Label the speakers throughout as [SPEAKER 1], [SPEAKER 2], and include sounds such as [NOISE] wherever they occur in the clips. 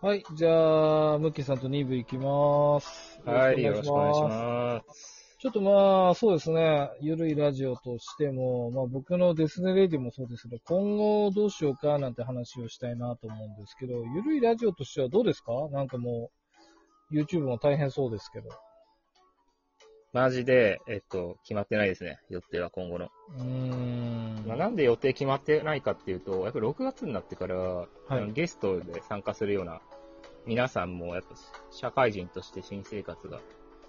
[SPEAKER 1] はい、じゃあ、ムッキーさんと2部行きます。
[SPEAKER 2] はい、よろしくお願いします。
[SPEAKER 1] ちょっとまあ、そうですね、ゆるいラジオとしても、まあ僕のデスネレディもそうですけど、今後どうしようかなんて話をしたいなと思うんですけど、ゆるいラジオとしてはどうですかなんかもう、YouTube も大変そうですけど。
[SPEAKER 2] マジで、えっと、決まってないですね、予定は今後の。
[SPEAKER 1] うーん。
[SPEAKER 2] まあ、なんで予定決まってないかっていうと、やっぱり6月になってから、あのゲストで参加するような皆さんも、やっぱ社会人として新生活が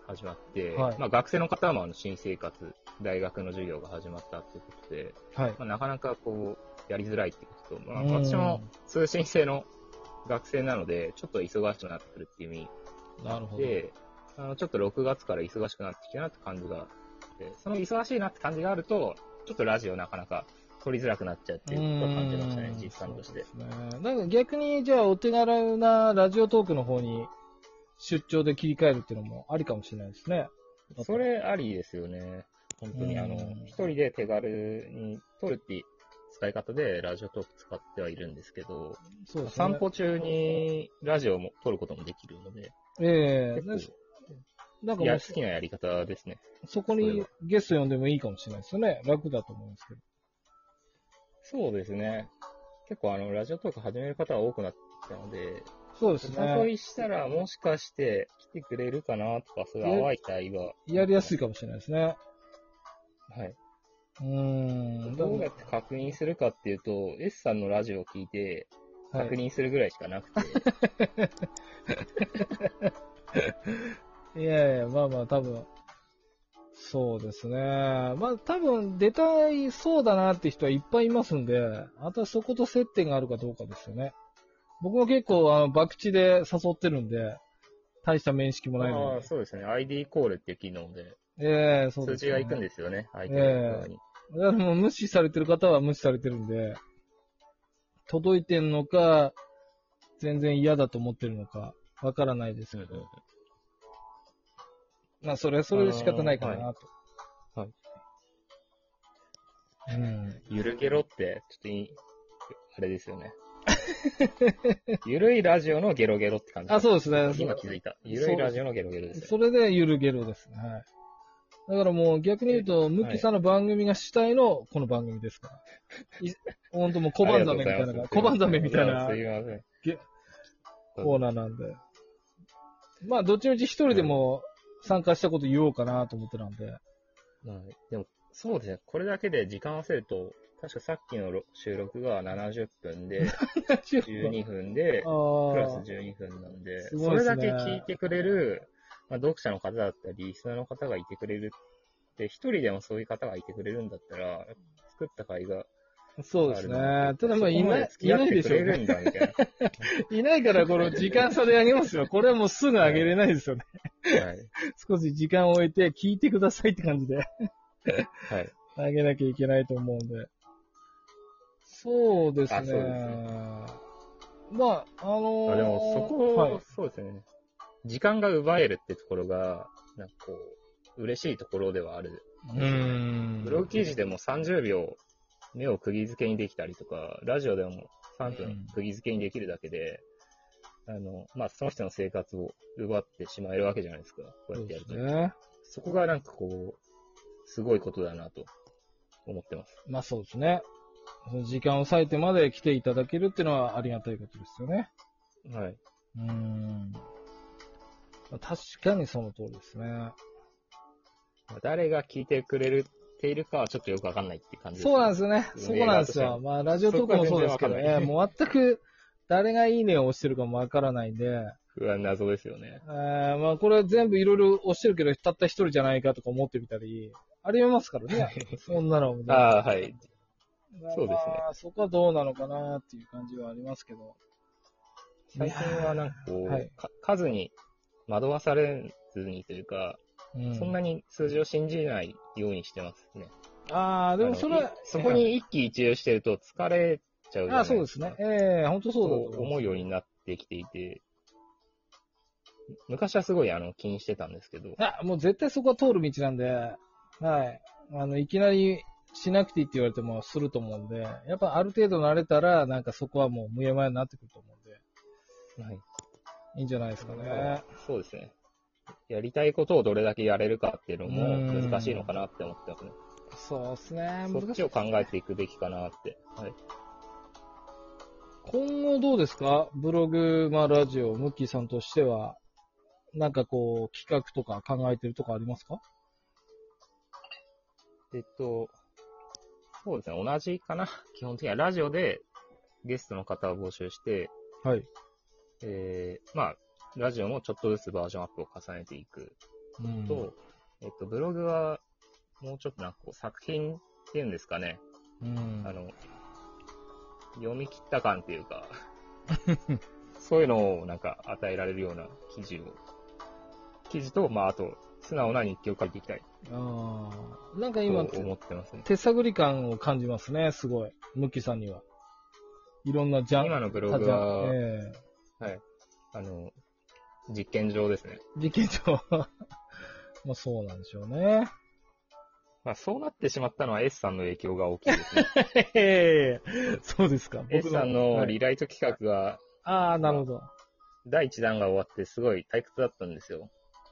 [SPEAKER 2] 始まって、
[SPEAKER 1] はい
[SPEAKER 2] まあ、学生の方もあの新生活、大学の授業が始まったっていうことで、
[SPEAKER 1] はい。
[SPEAKER 2] まあ、なかなかこう、やりづらいってことと、まあ、
[SPEAKER 1] うん
[SPEAKER 2] 私も通信制の学生なので、ちょっと忙しくなってくるっていう意味
[SPEAKER 1] なるほど。
[SPEAKER 2] で、あのちょっと6月から忙しくなってきたなって感じがあって、その忙しいなって感じがあると、ちょっとラジオなかなか取りづらくなっちゃうっていうことを感じましたね
[SPEAKER 1] う、ん
[SPEAKER 2] 実感として。
[SPEAKER 1] そうですねなんか逆に、じゃあお手軽なラジオトークの方に出張で切り替えるっていうのもありかもしれないですね。
[SPEAKER 2] それありですよね。本当
[SPEAKER 1] う
[SPEAKER 2] に、
[SPEAKER 1] ん
[SPEAKER 2] あの、一人で手軽に撮るっていう使い方でラジオトーク使ってはいるんですけど、
[SPEAKER 1] そうですね。
[SPEAKER 2] 散歩中にラジオも撮ることもできるので、
[SPEAKER 1] ええ
[SPEAKER 2] 結
[SPEAKER 1] なんかも
[SPEAKER 2] 構いや
[SPEAKER 1] う
[SPEAKER 2] 好きなやり方ですね。
[SPEAKER 1] そこにゲスト呼んでもいいかもしれないですよね。楽だと思うんですけど。
[SPEAKER 2] そうですね。結構あの、ラジオトーク始める方が多くなってきたので、
[SPEAKER 1] そうです
[SPEAKER 2] お誘
[SPEAKER 1] ね。
[SPEAKER 2] いしたら、もしかして来てくれるかなとか、そういう淡い期待が。
[SPEAKER 1] やりやす
[SPEAKER 2] い。
[SPEAKER 1] いかもしれないですね。
[SPEAKER 2] はい。
[SPEAKER 1] うーん。
[SPEAKER 2] どうやって確認するかっていうと、S さんのラジオを聞いて、確認するぐらいしかなくて、
[SPEAKER 1] [LAUGHS] いやいや、まあまあ、多分。そうですね。まあ、多分、出たいそうだなって人はいっぱいいますんで、あとはそこと接点があるかどうかですよね。僕も結構、あの、博打で誘ってるんで、大した面識もない
[SPEAKER 2] あ
[SPEAKER 1] の
[SPEAKER 2] あ
[SPEAKER 1] に。
[SPEAKER 2] そうですね。ID コールっていう機能で、
[SPEAKER 1] ええそうで
[SPEAKER 2] 数
[SPEAKER 1] す、
[SPEAKER 2] 字が行くんですよね、相手の側に。
[SPEAKER 1] だからもう無視されてる方は無視されてるんで、届いてんのか、全然嫌だと思ってるのか、わからないですけど。まあ、それはそれで仕方ないかなと。
[SPEAKER 2] あーはい
[SPEAKER 1] うん。
[SPEAKER 2] ゆるゲロって、ちょっといい、あれです
[SPEAKER 1] [LAUGHS]
[SPEAKER 2] よね。ゆるいラジオのゲロゲロって感じ。
[SPEAKER 1] あ、そうですね。
[SPEAKER 2] 今気づいた。ゆるいラジオのゲロゲロです、ね。
[SPEAKER 1] それでゆるゲロですね。はい。だからもう逆に言うと、ムッキーさんの番組が主体のこの番組ですから。いほんともう小判ザメみたい
[SPEAKER 2] [LAUGHS] あり
[SPEAKER 1] な、
[SPEAKER 2] がとう
[SPEAKER 1] 小
[SPEAKER 2] ござ
[SPEAKER 1] 判ザメみたいな
[SPEAKER 2] すいません。
[SPEAKER 1] げコーナーなんで。まあ、どっちみち一人でも参加したこと言おうかなと思ってたんで。
[SPEAKER 2] はい。でも、そうですね。これだけで時間合わせると、確かさっきのろ収録が70分
[SPEAKER 1] [LAUGHS]
[SPEAKER 2] で、12分で、プラス
[SPEAKER 1] あ
[SPEAKER 2] 12分なんで、
[SPEAKER 1] すご
[SPEAKER 2] そ
[SPEAKER 1] いで
[SPEAKER 2] れ
[SPEAKER 1] すね
[SPEAKER 2] だけ聞いてくれる、まあ、読者の方だったり、リスナーの方がいてくれるって、一人でもそういう方がいてくれるんだったら、作った会が
[SPEAKER 1] あ、そうですね。ただまあ、い
[SPEAKER 2] そこ
[SPEAKER 1] な
[SPEAKER 2] で
[SPEAKER 1] い、
[SPEAKER 2] 付
[SPEAKER 1] い
[SPEAKER 2] き合
[SPEAKER 1] な
[SPEAKER 2] っ
[SPEAKER 1] い
[SPEAKER 2] て
[SPEAKER 1] で
[SPEAKER 2] く
[SPEAKER 1] しょ
[SPEAKER 2] れ
[SPEAKER 1] う
[SPEAKER 2] る
[SPEAKER 1] ね。
[SPEAKER 2] んだ、みたい
[SPEAKER 1] いないから、この時間差であげますよ。これはもうすぐあげれないですよね。
[SPEAKER 2] な。はい。
[SPEAKER 1] 少し時間を置いて、聞いてくださいって感じで
[SPEAKER 2] はい。
[SPEAKER 1] あげなきゃいけないと思うんで。そうですね。
[SPEAKER 2] あそうです
[SPEAKER 1] まあ、あのー
[SPEAKER 2] あでも、そ
[SPEAKER 1] [LAUGHS]
[SPEAKER 2] こ、
[SPEAKER 1] はい、
[SPEAKER 2] そうですね。時間が奪えるってところが、なんかこう、嬉しいところではある
[SPEAKER 1] うーん。
[SPEAKER 2] ブログ記事でも30秒目を釘付けにできたりとか、ラジオでも3分釘付けにできるだけで、あの、まあ、その人の生活を奪ってしまえるわけじゃないですか。こうや
[SPEAKER 1] そ
[SPEAKER 2] っ
[SPEAKER 1] う
[SPEAKER 2] てや
[SPEAKER 1] で
[SPEAKER 2] る
[SPEAKER 1] す
[SPEAKER 2] と。
[SPEAKER 1] ね。
[SPEAKER 2] そこがなんかこう、すごいことだなと思ってます。
[SPEAKER 1] まあそうですね。その時間を割いてまで来ていただけるっていうのはありがたいことですよね。
[SPEAKER 2] はい。
[SPEAKER 1] うーん。まあ確かにその通りですね。
[SPEAKER 2] 誰が聞いてくれるているかはちょっとよくわかんないって感じ。
[SPEAKER 1] そうなんですすよね。そこなんですよ。まあラジオトークもそうですけど
[SPEAKER 2] そこは全然わ
[SPEAKER 1] ね。
[SPEAKER 2] かんない
[SPEAKER 1] もう全く誰がいいねを押してるかもわからないんで、
[SPEAKER 2] 不安謎ですよね。
[SPEAKER 1] えーまあこれ全部いろいろ押してるけど、たった一人じゃないかとか思ってみたり、ありえますからね。そんなのもね。
[SPEAKER 2] ああ、はい。そうですね
[SPEAKER 1] まあそこはどうなのかなっていう感じはありますけど。
[SPEAKER 2] 最近はなんかこう、
[SPEAKER 1] はい
[SPEAKER 2] か数に惑わされずにというか、
[SPEAKER 1] う
[SPEAKER 2] そんなに数字を信じないようにしてますね。
[SPEAKER 1] ああ、でもそれ
[SPEAKER 2] あのいそこに一喜一憂してると疲れちゃうじゃない
[SPEAKER 1] あそうですね。ええ本当そうだと
[SPEAKER 2] そう思うようになってきていて、昔はすごいあの気にしてたんですけど、
[SPEAKER 1] あ、もう絶対そこは通る道なんで、はい。あの、いきなりしなくていいって言われてもすると思うんで、やっぱある程度慣れたら、なんかそこはもう無やまやになってくると思うんで、
[SPEAKER 2] はい
[SPEAKER 1] いいんじゃないですか
[SPEAKER 2] ま
[SPEAKER 1] ね
[SPEAKER 2] あ。そうですね。やりたいことをどれだけやれるかっていうのも
[SPEAKER 1] うん
[SPEAKER 2] 難しいのかなって思ってますね。
[SPEAKER 1] そうですね。
[SPEAKER 2] そっ
[SPEAKER 1] 難し
[SPEAKER 2] ち
[SPEAKER 1] い
[SPEAKER 2] を。考えていくべきかなって。はい。
[SPEAKER 1] 今後どうですかブログ、まあラジオ、ムッキーさんとしては、なんかこう、企画とか考えてるとかありますか
[SPEAKER 2] えっと、そうですね。同じかな。基本的にはラジオでゲストの方を募集して、
[SPEAKER 1] はい。
[SPEAKER 2] えー、まあ、ラジオもちょっとずつバージョンアップを重ねていく
[SPEAKER 1] うん
[SPEAKER 2] と、えっと、ブログはもうちょっとなんかこう作品っていうんですかね。
[SPEAKER 1] うん
[SPEAKER 2] あの、読み切った感ってい
[SPEAKER 1] [LAUGHS]
[SPEAKER 2] うか、そういうのをなんか与えられるような記事を、記事と、まああと、素直な日記を書いていきたい
[SPEAKER 1] あーなんか
[SPEAKER 2] と
[SPEAKER 1] 今、
[SPEAKER 2] 思ってますね。
[SPEAKER 1] 手探り感を感じますね、すごい。ムッキーさんには。いろんなジャン
[SPEAKER 2] 今のブロ
[SPEAKER 1] あ
[SPEAKER 2] グ
[SPEAKER 1] じゃあ
[SPEAKER 2] は、
[SPEAKER 1] え
[SPEAKER 2] はい、あの、実験場ですね。
[SPEAKER 1] え事件上は [LAUGHS] まあそうなんでしょうね。
[SPEAKER 2] まあそうなってしまったのは S さんの影響が大き
[SPEAKER 1] [LAUGHS]
[SPEAKER 2] いですね。
[SPEAKER 1] ええそうですか。
[SPEAKER 2] S さん
[SPEAKER 1] は
[SPEAKER 2] の
[SPEAKER 1] い
[SPEAKER 2] リライト企画が
[SPEAKER 1] ああ、なるほど。
[SPEAKER 2] 第1弾が終わってすごい退屈だったんですよ。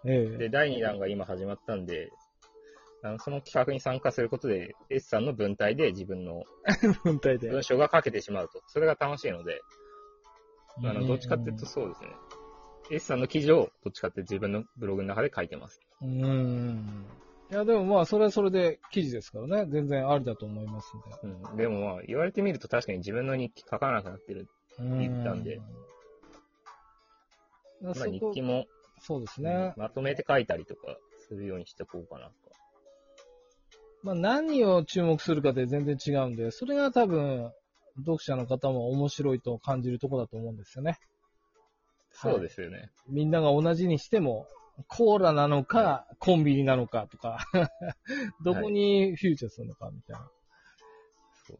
[SPEAKER 1] ええ
[SPEAKER 2] で、第2弾が今始まったんで、あのその企画に参加することで、S さんの文体で自分の
[SPEAKER 1] 文体で。
[SPEAKER 2] 文章が書けてしまうと。それが楽しいので、あ
[SPEAKER 1] う
[SPEAKER 2] の
[SPEAKER 1] ん
[SPEAKER 2] どっちかっていうと、そうですね。S さんの記事をどっちかって自分のブログの中で書いてます。
[SPEAKER 1] うん。いや、でもまあ、それはそれで記事ですからね。全然ありだと思いますんで。
[SPEAKER 2] うん、でもまあ、言われてみると確かに自分の日記書かなくなってる。
[SPEAKER 1] うん
[SPEAKER 2] 言ったんで。
[SPEAKER 1] ま
[SPEAKER 2] ま
[SPEAKER 1] あ、
[SPEAKER 2] あ
[SPEAKER 1] そ
[SPEAKER 2] 日
[SPEAKER 1] こ
[SPEAKER 2] 記も、
[SPEAKER 1] そうです
[SPEAKER 2] うん
[SPEAKER 1] ね。
[SPEAKER 2] まとめて書いたりとかするようにしてこうかなと。
[SPEAKER 1] まあ、何を注目するかで全然違うんで、それが多分、読者の方も面白いと感じるとこだと思うんですよね。はい
[SPEAKER 2] そうですよね。
[SPEAKER 1] みんなが同じにしても、コーラなのか、コンビニなのかとか、どこにフューチャーするのかみたい
[SPEAKER 2] そ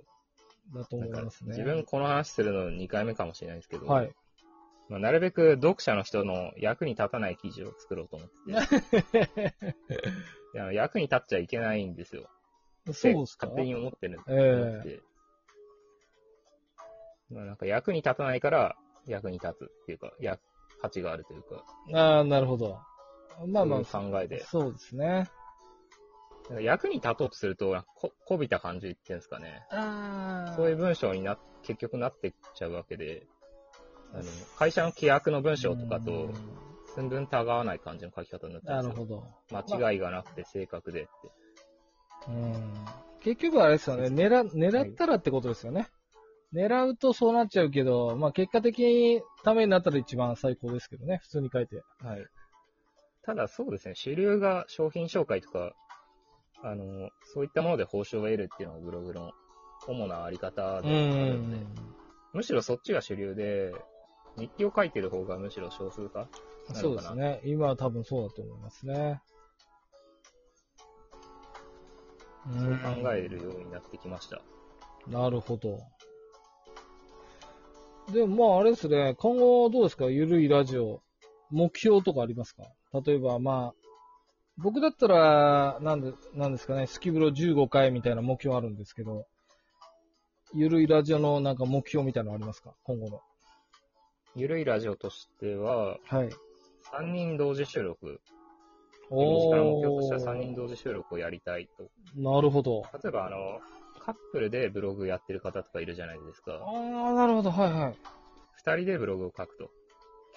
[SPEAKER 2] う
[SPEAKER 1] な、だと
[SPEAKER 2] な
[SPEAKER 1] 思い
[SPEAKER 2] んか
[SPEAKER 1] ますね。
[SPEAKER 2] 自分この話するの2回目かもしれないですけど、
[SPEAKER 1] はい。
[SPEAKER 2] まあ、なるべく読者の人の役に立たない記事を作ろうと思って
[SPEAKER 1] [LAUGHS]
[SPEAKER 2] ていや、役に立っちゃいけないんですよ。
[SPEAKER 1] そうですか
[SPEAKER 2] 勝手に思ってるんです
[SPEAKER 1] え
[SPEAKER 2] け
[SPEAKER 1] え
[SPEAKER 2] どまあなんか役に立たないから役に立つっていうか、役価値があるというか、
[SPEAKER 1] ああ、なるほど。まあまあ、
[SPEAKER 2] そういう考えで
[SPEAKER 1] そうですね。
[SPEAKER 2] なんか役に立とうとすると、なんかこ、こびた感じっていうんですかね。
[SPEAKER 1] ああ。
[SPEAKER 2] そういう文章にな、結局なってっちゃうわけで、あの、会社の規約の文章とか
[SPEAKER 1] う
[SPEAKER 2] と
[SPEAKER 1] ん、
[SPEAKER 2] 寸分たがわない感じの書き方になって
[SPEAKER 1] な
[SPEAKER 2] ま
[SPEAKER 1] る
[SPEAKER 2] す
[SPEAKER 1] ほ
[SPEAKER 2] よ。
[SPEAKER 1] ど。
[SPEAKER 2] 間違いがなくて正確でって。
[SPEAKER 1] うん結局あれですよね狙、狙ったらってことですよね。狙うとそうなっちゃうけど、まあ結果的にためになったら一番最高ですけどね、普通に書いて。
[SPEAKER 2] はい。ただそうですね、主流が商品紹介とか、あの、そういったもので報酬を得るっていうのがブログの主なあり方であるんで、むしろそっちが主流で、日記を書いてる方がむしろ少数化な
[SPEAKER 1] そ
[SPEAKER 2] の
[SPEAKER 1] う
[SPEAKER 2] か
[SPEAKER 1] で
[SPEAKER 2] な。
[SPEAKER 1] すね。今は多分そうだと思いますね。
[SPEAKER 2] そう考えるようになってきました。
[SPEAKER 1] なるほど。でもまああれですね、今後どうですかゆるいラジオ、目標とかありますか例えばまあ、僕だったら、なんで、なんですかね、スキブロ15回みたいな目標あるんですけど、ゆるいラジオのなんか目標みたいなのありますか今後の。
[SPEAKER 2] ゆるいラジオとしては、
[SPEAKER 1] はい。
[SPEAKER 2] 3人同時収録。
[SPEAKER 1] お
[SPEAKER 2] 時間を目標として
[SPEAKER 1] ー
[SPEAKER 2] は3人同時収録をやりたいと。
[SPEAKER 1] なるほど。
[SPEAKER 2] 例えば、あの、カップルでブログやってる方とかいるじゃないですか。
[SPEAKER 1] ああ、なるほど、はいはい。
[SPEAKER 2] 二人でブログを書くと。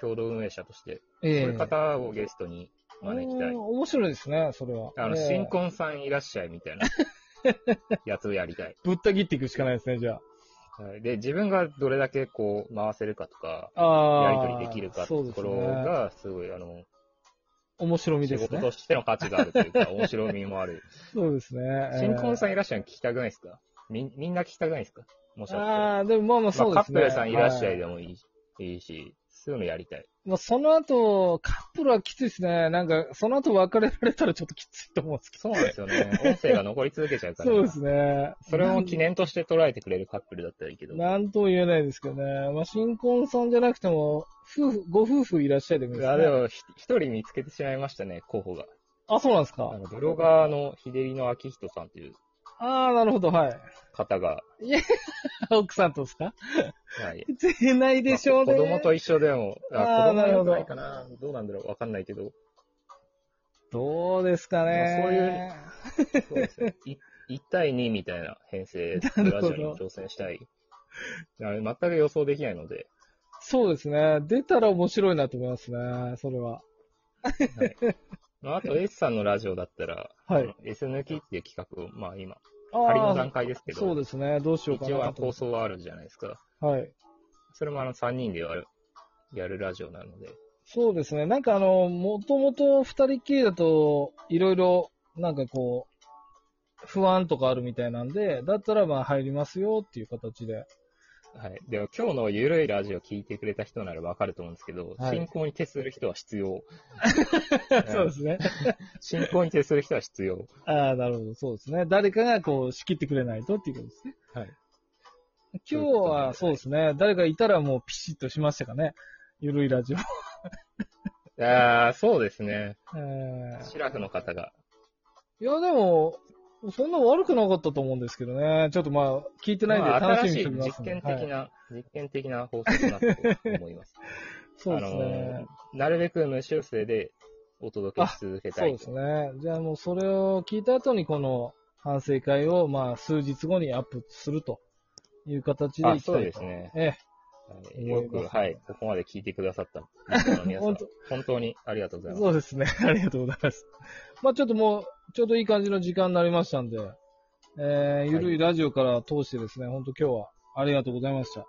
[SPEAKER 2] 共同運営者として。
[SPEAKER 1] え
[SPEAKER 2] そう
[SPEAKER 1] え
[SPEAKER 2] いう方をゲストに招きたい
[SPEAKER 1] おー。面白いですね、それは。
[SPEAKER 2] あの、
[SPEAKER 1] ええ
[SPEAKER 2] 新婚さんいらっしゃいみた
[SPEAKER 1] [LAUGHS]
[SPEAKER 2] いなやつをやりたい。
[SPEAKER 1] ぶった切っていくしかないですね、じゃあ。
[SPEAKER 2] はいで、自分がどれだけこう回せるかとか、やり
[SPEAKER 1] ああ。
[SPEAKER 2] 取りできるかって
[SPEAKER 1] そうです
[SPEAKER 2] ところ
[SPEAKER 1] ね。
[SPEAKER 2] が、すごい、あの、
[SPEAKER 1] 面白み
[SPEAKER 2] 仕
[SPEAKER 1] です
[SPEAKER 2] 事
[SPEAKER 1] ね
[SPEAKER 2] と。しての価値があるとい
[SPEAKER 1] [LAUGHS]
[SPEAKER 2] うか、面白みもある。
[SPEAKER 1] そうですね。
[SPEAKER 2] 新婚さ
[SPEAKER 1] ん、
[SPEAKER 2] んいらっしゃい聞きたくないですかみ、みんな聞きたくないですかもしかしたら。
[SPEAKER 1] ああ、でもまあまあそう
[SPEAKER 2] ま
[SPEAKER 1] で
[SPEAKER 2] あカ
[SPEAKER 1] す
[SPEAKER 2] ッ
[SPEAKER 1] ね。
[SPEAKER 2] プルさんいらっしゃい
[SPEAKER 1] は
[SPEAKER 2] でもいい,、い、いし、そういうのやりたい。
[SPEAKER 1] まあその後、カップルはきついですね。なんか、その後別れられたらちょっときついと思うんですけ
[SPEAKER 2] そうなんですよね。音声が残り続けちゃうか
[SPEAKER 1] ど。[LAUGHS]
[SPEAKER 2] ら。
[SPEAKER 1] そうですね。
[SPEAKER 2] それを記念として捉えてくれるカップルだったらいいけど。
[SPEAKER 1] なんとも言えないですけどね。まあ新婚さんじゃなくても、夫婦、ご夫婦いらっしゃいでもいい
[SPEAKER 2] い
[SPEAKER 1] です
[SPEAKER 2] や、
[SPEAKER 1] ね。
[SPEAKER 2] でも、ひ一人見つけてしまいましたね、候補が。
[SPEAKER 1] あ、そうなんですか
[SPEAKER 2] あ。のブロガーの秀デリの明人さんという
[SPEAKER 1] ああ、なるほど、はい。 [LAUGHS]
[SPEAKER 2] 方が、
[SPEAKER 1] 奥さんとですか [LAUGHS]
[SPEAKER 2] はい。
[SPEAKER 1] 出ないでしょうね。
[SPEAKER 2] まあ子供と一緒でも、
[SPEAKER 1] あー
[SPEAKER 2] あ子供
[SPEAKER 1] なるほ
[SPEAKER 2] よ
[SPEAKER 1] ど
[SPEAKER 2] くないかな。どうなんだろうわかんないけど。
[SPEAKER 1] どうですかね。
[SPEAKER 2] そういうそうですね。い1対2みたいな編成で
[SPEAKER 1] なる
[SPEAKER 2] ラ
[SPEAKER 1] ほ
[SPEAKER 2] ジ
[SPEAKER 1] ど
[SPEAKER 2] オに挑戦したい。あれ全く予想できないので、
[SPEAKER 1] そうですね。出たら面白いなと思いますね。それは。
[SPEAKER 2] まあ、あと S さんのラジオだったら、
[SPEAKER 1] はい
[SPEAKER 2] あの S 抜きっていう企画を、まあ今、
[SPEAKER 1] あ
[SPEAKER 2] 仮の段階ですけ
[SPEAKER 1] そう
[SPEAKER 2] ど、
[SPEAKER 1] ですね。どうしようかな
[SPEAKER 2] 一
[SPEAKER 1] と思
[SPEAKER 2] 応あの
[SPEAKER 1] って。
[SPEAKER 2] 構想はあるじゃないですか。
[SPEAKER 1] はい。
[SPEAKER 2] それもあの3人でやるやるラジオなので、
[SPEAKER 1] そうですね。なんかあの、もともと二人っきりだと、いろいろ、なんかこう、不安とかあるみたいなんで、だったらまあ入りますよっていう形で。
[SPEAKER 2] はい。でも今日のゆるいラジオ聞いてくれた人ならわかると思うんですけど、
[SPEAKER 1] はい
[SPEAKER 2] 進行に徹する人は必要。
[SPEAKER 1] [LAUGHS] [LAUGHS] そうですね。
[SPEAKER 2] 進行に徹する人は必要。
[SPEAKER 1] [LAUGHS] ああ、なるほど。そうですね。誰かがこう仕切ってくれないとっていうことですね。
[SPEAKER 2] はい。
[SPEAKER 1] 今日はそうですね。誰かいたらもうピシッとしましたかね。ゆるいラジオ。
[SPEAKER 2] [LAUGHS] ああ、そうですね。
[SPEAKER 1] えー
[SPEAKER 2] シラフの方が。
[SPEAKER 1] いや、でも、そんな悪くなかったと思うんですけどね。ちょっとまあ、聞いてないんで
[SPEAKER 2] まあ
[SPEAKER 1] 楽
[SPEAKER 2] 新
[SPEAKER 1] しみに
[SPEAKER 2] し
[SPEAKER 1] しておきます
[SPEAKER 2] い実
[SPEAKER 1] んで、
[SPEAKER 2] 験的
[SPEAKER 1] はい。
[SPEAKER 2] な、実験的な放送になったと思い
[SPEAKER 1] [LAUGHS]
[SPEAKER 2] ます。
[SPEAKER 1] そうです
[SPEAKER 2] あ
[SPEAKER 1] ね
[SPEAKER 2] の。ーなるべく無修正でお届けし続けた
[SPEAKER 1] そう
[SPEAKER 2] い
[SPEAKER 1] で
[SPEAKER 2] と。
[SPEAKER 1] すね。じゃあもうそれを聞いた後にこの反省会をまあ数日後にアップするという形でいきた
[SPEAKER 2] あ、
[SPEAKER 1] い
[SPEAKER 2] そう
[SPEAKER 1] と
[SPEAKER 2] です。ね。
[SPEAKER 1] え
[SPEAKER 2] はいよく、はい、ここまで聞いてくださった。
[SPEAKER 1] え。
[SPEAKER 2] 皆さん
[SPEAKER 1] 本、当
[SPEAKER 2] 本当にありがとうございます。
[SPEAKER 1] そうですね。 [LAUGHS] ありがとうございます。まあちょっともう、ちょうどいい感じの時間になりましたんで、えー、ゆるいラジオから通してですね、本当今日はありがとうございました。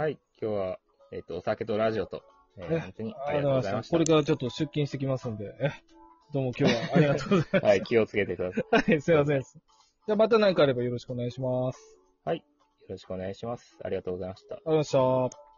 [SPEAKER 2] はい、今日は、えっ、と、お酒とラジオと、えー
[SPEAKER 1] え
[SPEAKER 2] 本当にあ
[SPEAKER 1] あ
[SPEAKER 2] り
[SPEAKER 1] りがとう
[SPEAKER 2] がとうご
[SPEAKER 1] ご
[SPEAKER 2] ざ
[SPEAKER 1] ざ
[SPEAKER 2] い
[SPEAKER 1] い
[SPEAKER 2] ま
[SPEAKER 1] ま
[SPEAKER 2] し
[SPEAKER 1] す。これからちょっと出勤してきますんで、え、どうも今日はありがとうござい
[SPEAKER 2] た。はい、気をつけてください。
[SPEAKER 1] ます。はい、すいません。じゃあまた何かあればよろしくお願いします。
[SPEAKER 2] はい、よろしくお願いします。ありがとうございました。
[SPEAKER 1] ありがとうございました。